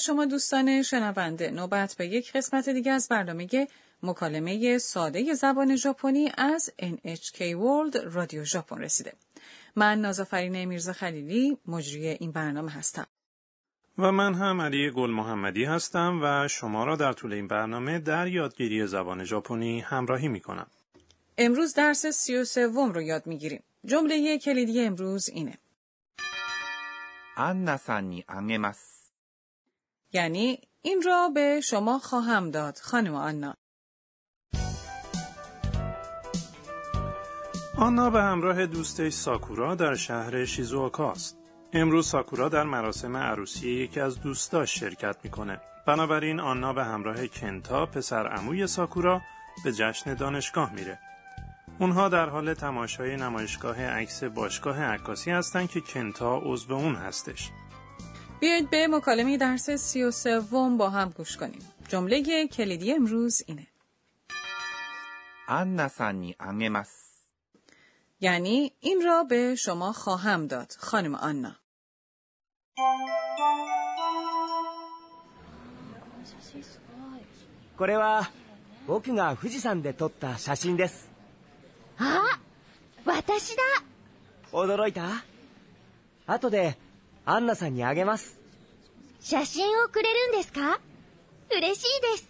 شما دوستان شنونده نوبت به یک قسمت دیگه از برنامه مکالمه ساده زبان ژاپنی از NHK World رادیو ژاپن رسیده. من نازافرین میرزا خلیلی مجری این برنامه هستم. و من هم علی گل محمدی هستم و شما را در طول این برنامه در یادگیری زبان ژاپنی همراهی می کنم. امروز درس سی و سوم رو یاد میگیریم. جمله کلیدی امروز اینه. アンナさんにあげます。 یعنی این را به شما خواهم داد خانم آنا. آنا به همراه دوستش ساکورا در شهر شیزوکا است. امروز ساکورا در مراسم عروسی یکی از دوستاش شرکت میکنه. بنابراین آنا به همراه کنتا پسر عموی ساکورا به جشن دانشگاه میره. اونها در حال تماشای نمایشگاه عکس باشگاه عکاسی هستند که کنتا عضو اون هستش. بیایید به مکالمه درس سی و سوم با هم گوش کنیم. جمله کلیدی امروز اینه. アンナさんにあげます。 یعنی این را به شما خواهم داد خانم آنا. これは僕が富士山で撮った写真ですあ私だ驚いた後でアンナさんにあげます写真をくれるんですか嬉しいです。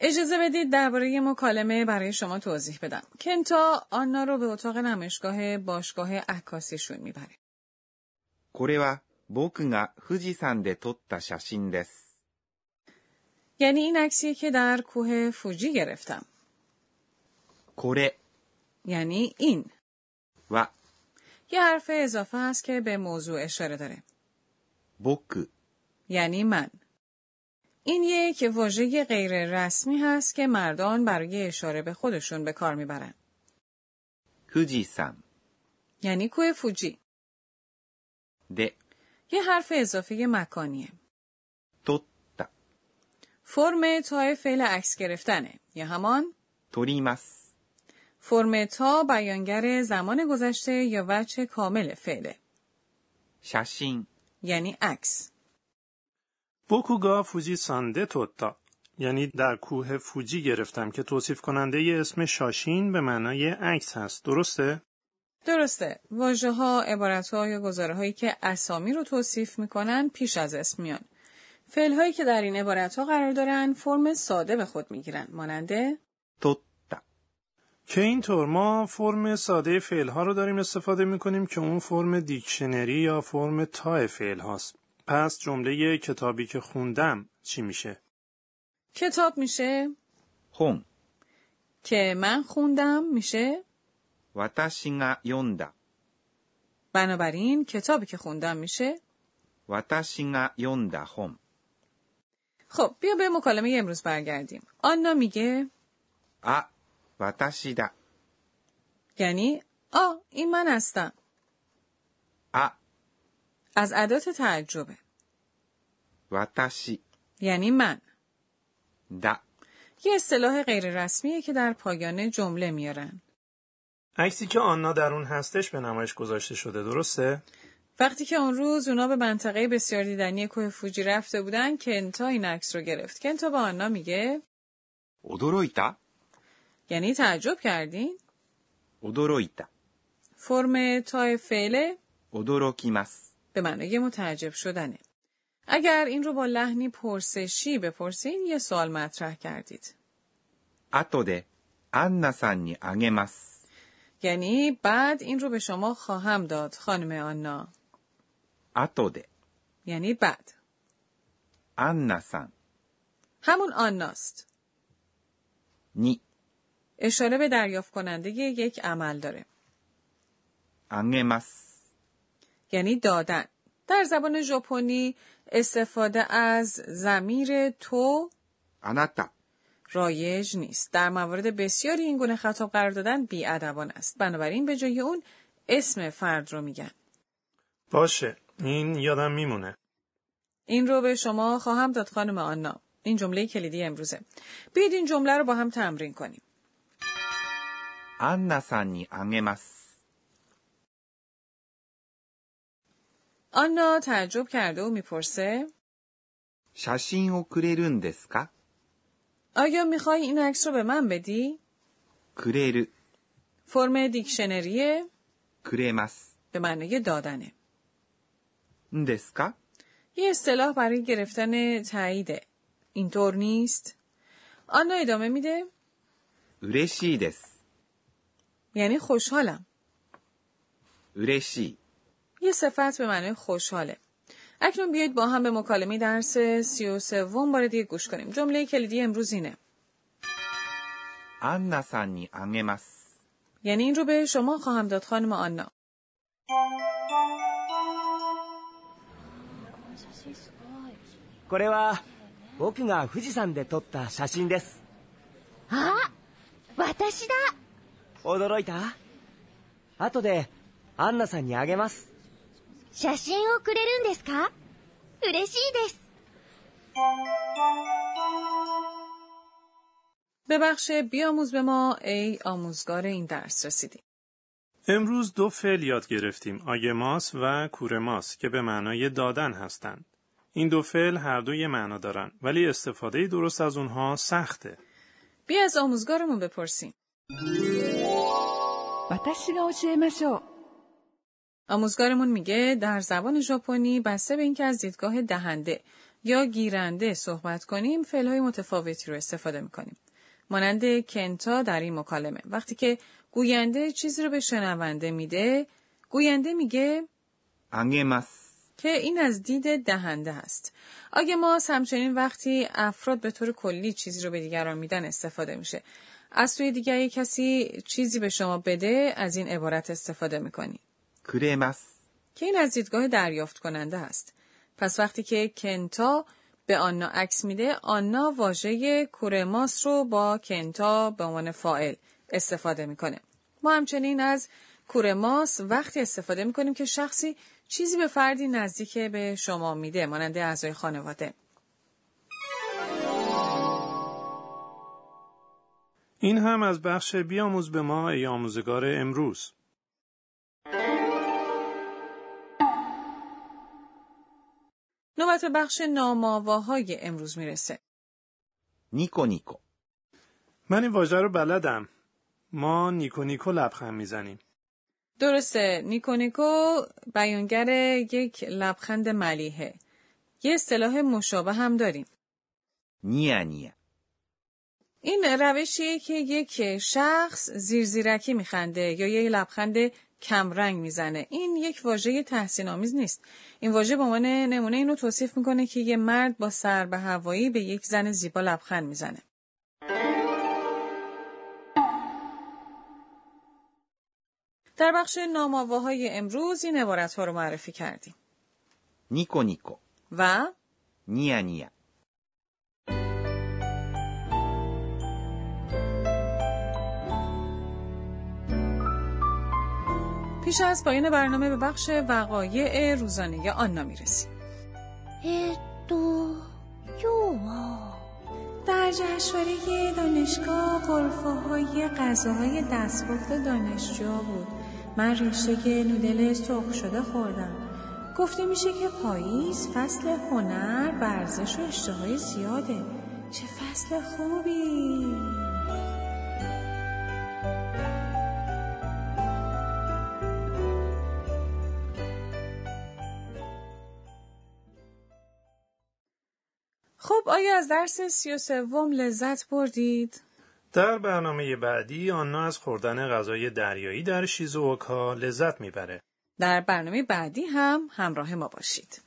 اجازه بدید درباره مکالمه برای شما توضیح بدم. کنتا آنا رو به اتاق نمایشگاه باشگاه عکاسیشون میبره. これは僕が富士山で撮った写真です。 یعنی این عکسی که در کوه فوجی گرفتم. これ یعنی این は یه حرف اضافه است که به موضوع اشاره داره. 僕 یعنی من. این یک واژه غیر رسمی هست که مردان برای اشاره به خودشون به کار میبرن. 富士山 یعنی کوه فوجی. で یه حرف اضافه مکانیه. 撮った فرم تا فعل عکس گرفتنه یا همان 撮ります。 فرم تا بیانگر زمان گذشته یا وجه کامل فعله 写真 یعنی عکس بوکوگا فوجی سانده توتا یعنی در کوه فوجی گرفتم که توصیف کننده ی اسم شاشین به معنای عکس هست درسته؟ درسته واژه ها عبارت ها یا گزاره هایی که اسامی رو توصیف میکنن پیش از اسم میان فعل هایی که در این عبارت ها قرار دارن فرم ساده به خود میگیرن ماننده 撮った که اینطور ما فرم ساده فعل ها رو داریم استفاده می کنیم که اون فرم دیکشنری یا فرم تا فعل هاست پس جمله ی کتابی که خوندم چی میشه؟ کتاب میشه 本 که من خوندم میشه 私が読んだ بنابراین کتابی که خوندم میشه 私が読んだ本 خب بیا به مکالمه امروز برگردیم آنا میگه あ私だ یعنی آ این من هستم あ از ادات تعجبه 私 یعنی من だ یه اصطلاح غیر رسمیه که در پایان جمله میارن عکسی که آنا در اون هستش به نمایش گذاشته شده درسته؟ وقتی که اون روز اونا به منطقه بسیار دیدنی کوه فوجی رفته بودن کنتا این عکس رو گرفت کنتا به آنا میگه 驚いた یعنی تعجب کردین 驚いた فرم تا فعله 驚きます。 به معنای متعجب شدنه اگر این رو با لحنی پرسشی بپرسین یه سوال مطرح کردید 後でアンナさんにあげます。 یعنی بعد این رو به شما خواهم داد خانم آنا 後で یعنی بعد アンナさん همون آناست に اشاره به دریافت کننده یک عمل داره あげます。 یعنی دادن در زبان ژاپنی استفاده از زمیر تو あなた رایج نیست در موارد بسیاری این گونه خطاب قرار دادن بیادبان است بنابراین به جای اون اسم فرد رو میگن باشه این یادم میمونه این رو به شما خواهم داد خانم آنا این جمله کلیدی امروزه بیاید این جمله رو با هم تمرین کنیم アンナさんにあげます。 آنا تعجب کرده و میپرسه 写真をくれるんですか آیا میخوای این عکس رو به من بدی؟ くれる、 فرم دیکشنریه くれます。 به معنای دادنه. んですか یه اصطلاح برای گرفتن تاییده. اینطور نیست؟ آنا ادامه میده 嬉しいです。 یعنی خوشحالم. 嬉しい。 یه صفت به معنای خوشحاله. اکنون بیایید با هم به مکالمه درس سی و سوم بار دیگه گوش کنیم. جمله کلیدی امروز اینه. アンナさんにあげます。 یعنی این رو به شما خواهم داد خانم آنا. これは僕が富士山で撮った写真ですあ私だ驚いた後でアンナさんにあげます写真をくれるんですか嬉しいです。 ببخش بیاموز به ما ای آموزگار این درس رسیدیم. امروز دو فعل یاد گرفتیم آگماس و کورماس که به معنای دادن هستند. این دو فعل هر دو یه معنا دارن ولی استفاده درست از اونها سخته. بیا از آموزگارمون بپرسیم. 私が教えましょう آموزگارمون میگه در زبان ژاپنی بسته به اینکه از دیدگاه دهنده یا گیرنده صحبت کنیم فعلهای متفاوتی رو استفاده میکنیم مانند کنتا در این مکالمه وقتی که گوینده چیزی رو به شنونده میده گوینده میگه あげます。 که این از دید دهنده هست. آگه ما همچنین وقتی افراد به طور کلی چیزی رو به دیگران میدن استفاده میشه. از سوی دیگر یه کسی چیزی به شما بده از این عبارت استفاده میکنی. くれます。 که این از دیدگاه دریافت کننده است. پس وقتی که کنتا به آنا عکس میده آنا واژه کورماس رو با کنتا به عنوان فائل استفاده میکنه. ما همچنین از کورماس وقتی استفاده میکنیم که شخصی چیزی به فردی نزدیک به شما میده مانند اعضای خانواده. این هم از بخش بیاموز به ما ای آموزگار امروز. نوبت به بخش نامآواهای امروز میرسه. ニコニコ。 من این واژه رو بلدم. ما نیکو نیکو لبخند میزنیم. درسته نیکونیکو بیانگر یک لبخند ملیحه یه اصطلاح مشابه هم داریم ニヤニヤ。 این روشیه که یک شخص زیرزیرکی میخنده یا یک لبخند کمرنگ میزنه این یک واژه تحسین آمیز نیست این واژه به عنوان نمونه اینو توصیف میکنه که یه مرد با سر به هوایی به یک زن زیبا لبخند میزنه در بخش نامآواهای امروز این عبارت ها رو معرفی کردیم ニコニコ。 و ニヤニヤ。 پیش از پایان برنامه به بخش وقایع روزانه آنا میرسیم えーっと、今日は、 در جشنواره دانشگاه غرفه های غذاهای دستپخت دانشجوها بود من رشته نودل سرخ شده خوردم گفته میشه که پاییز فصل هنر ورزش و اشتهای زیاده چه فصل خوبی خب آیا از درس سی و سوم لذت بردید؟ در برنامه بعدی آنا از خوردن غذای دریایی در شیزوکا لذت میبره. در برنامه بعدی هم همراه ما باشید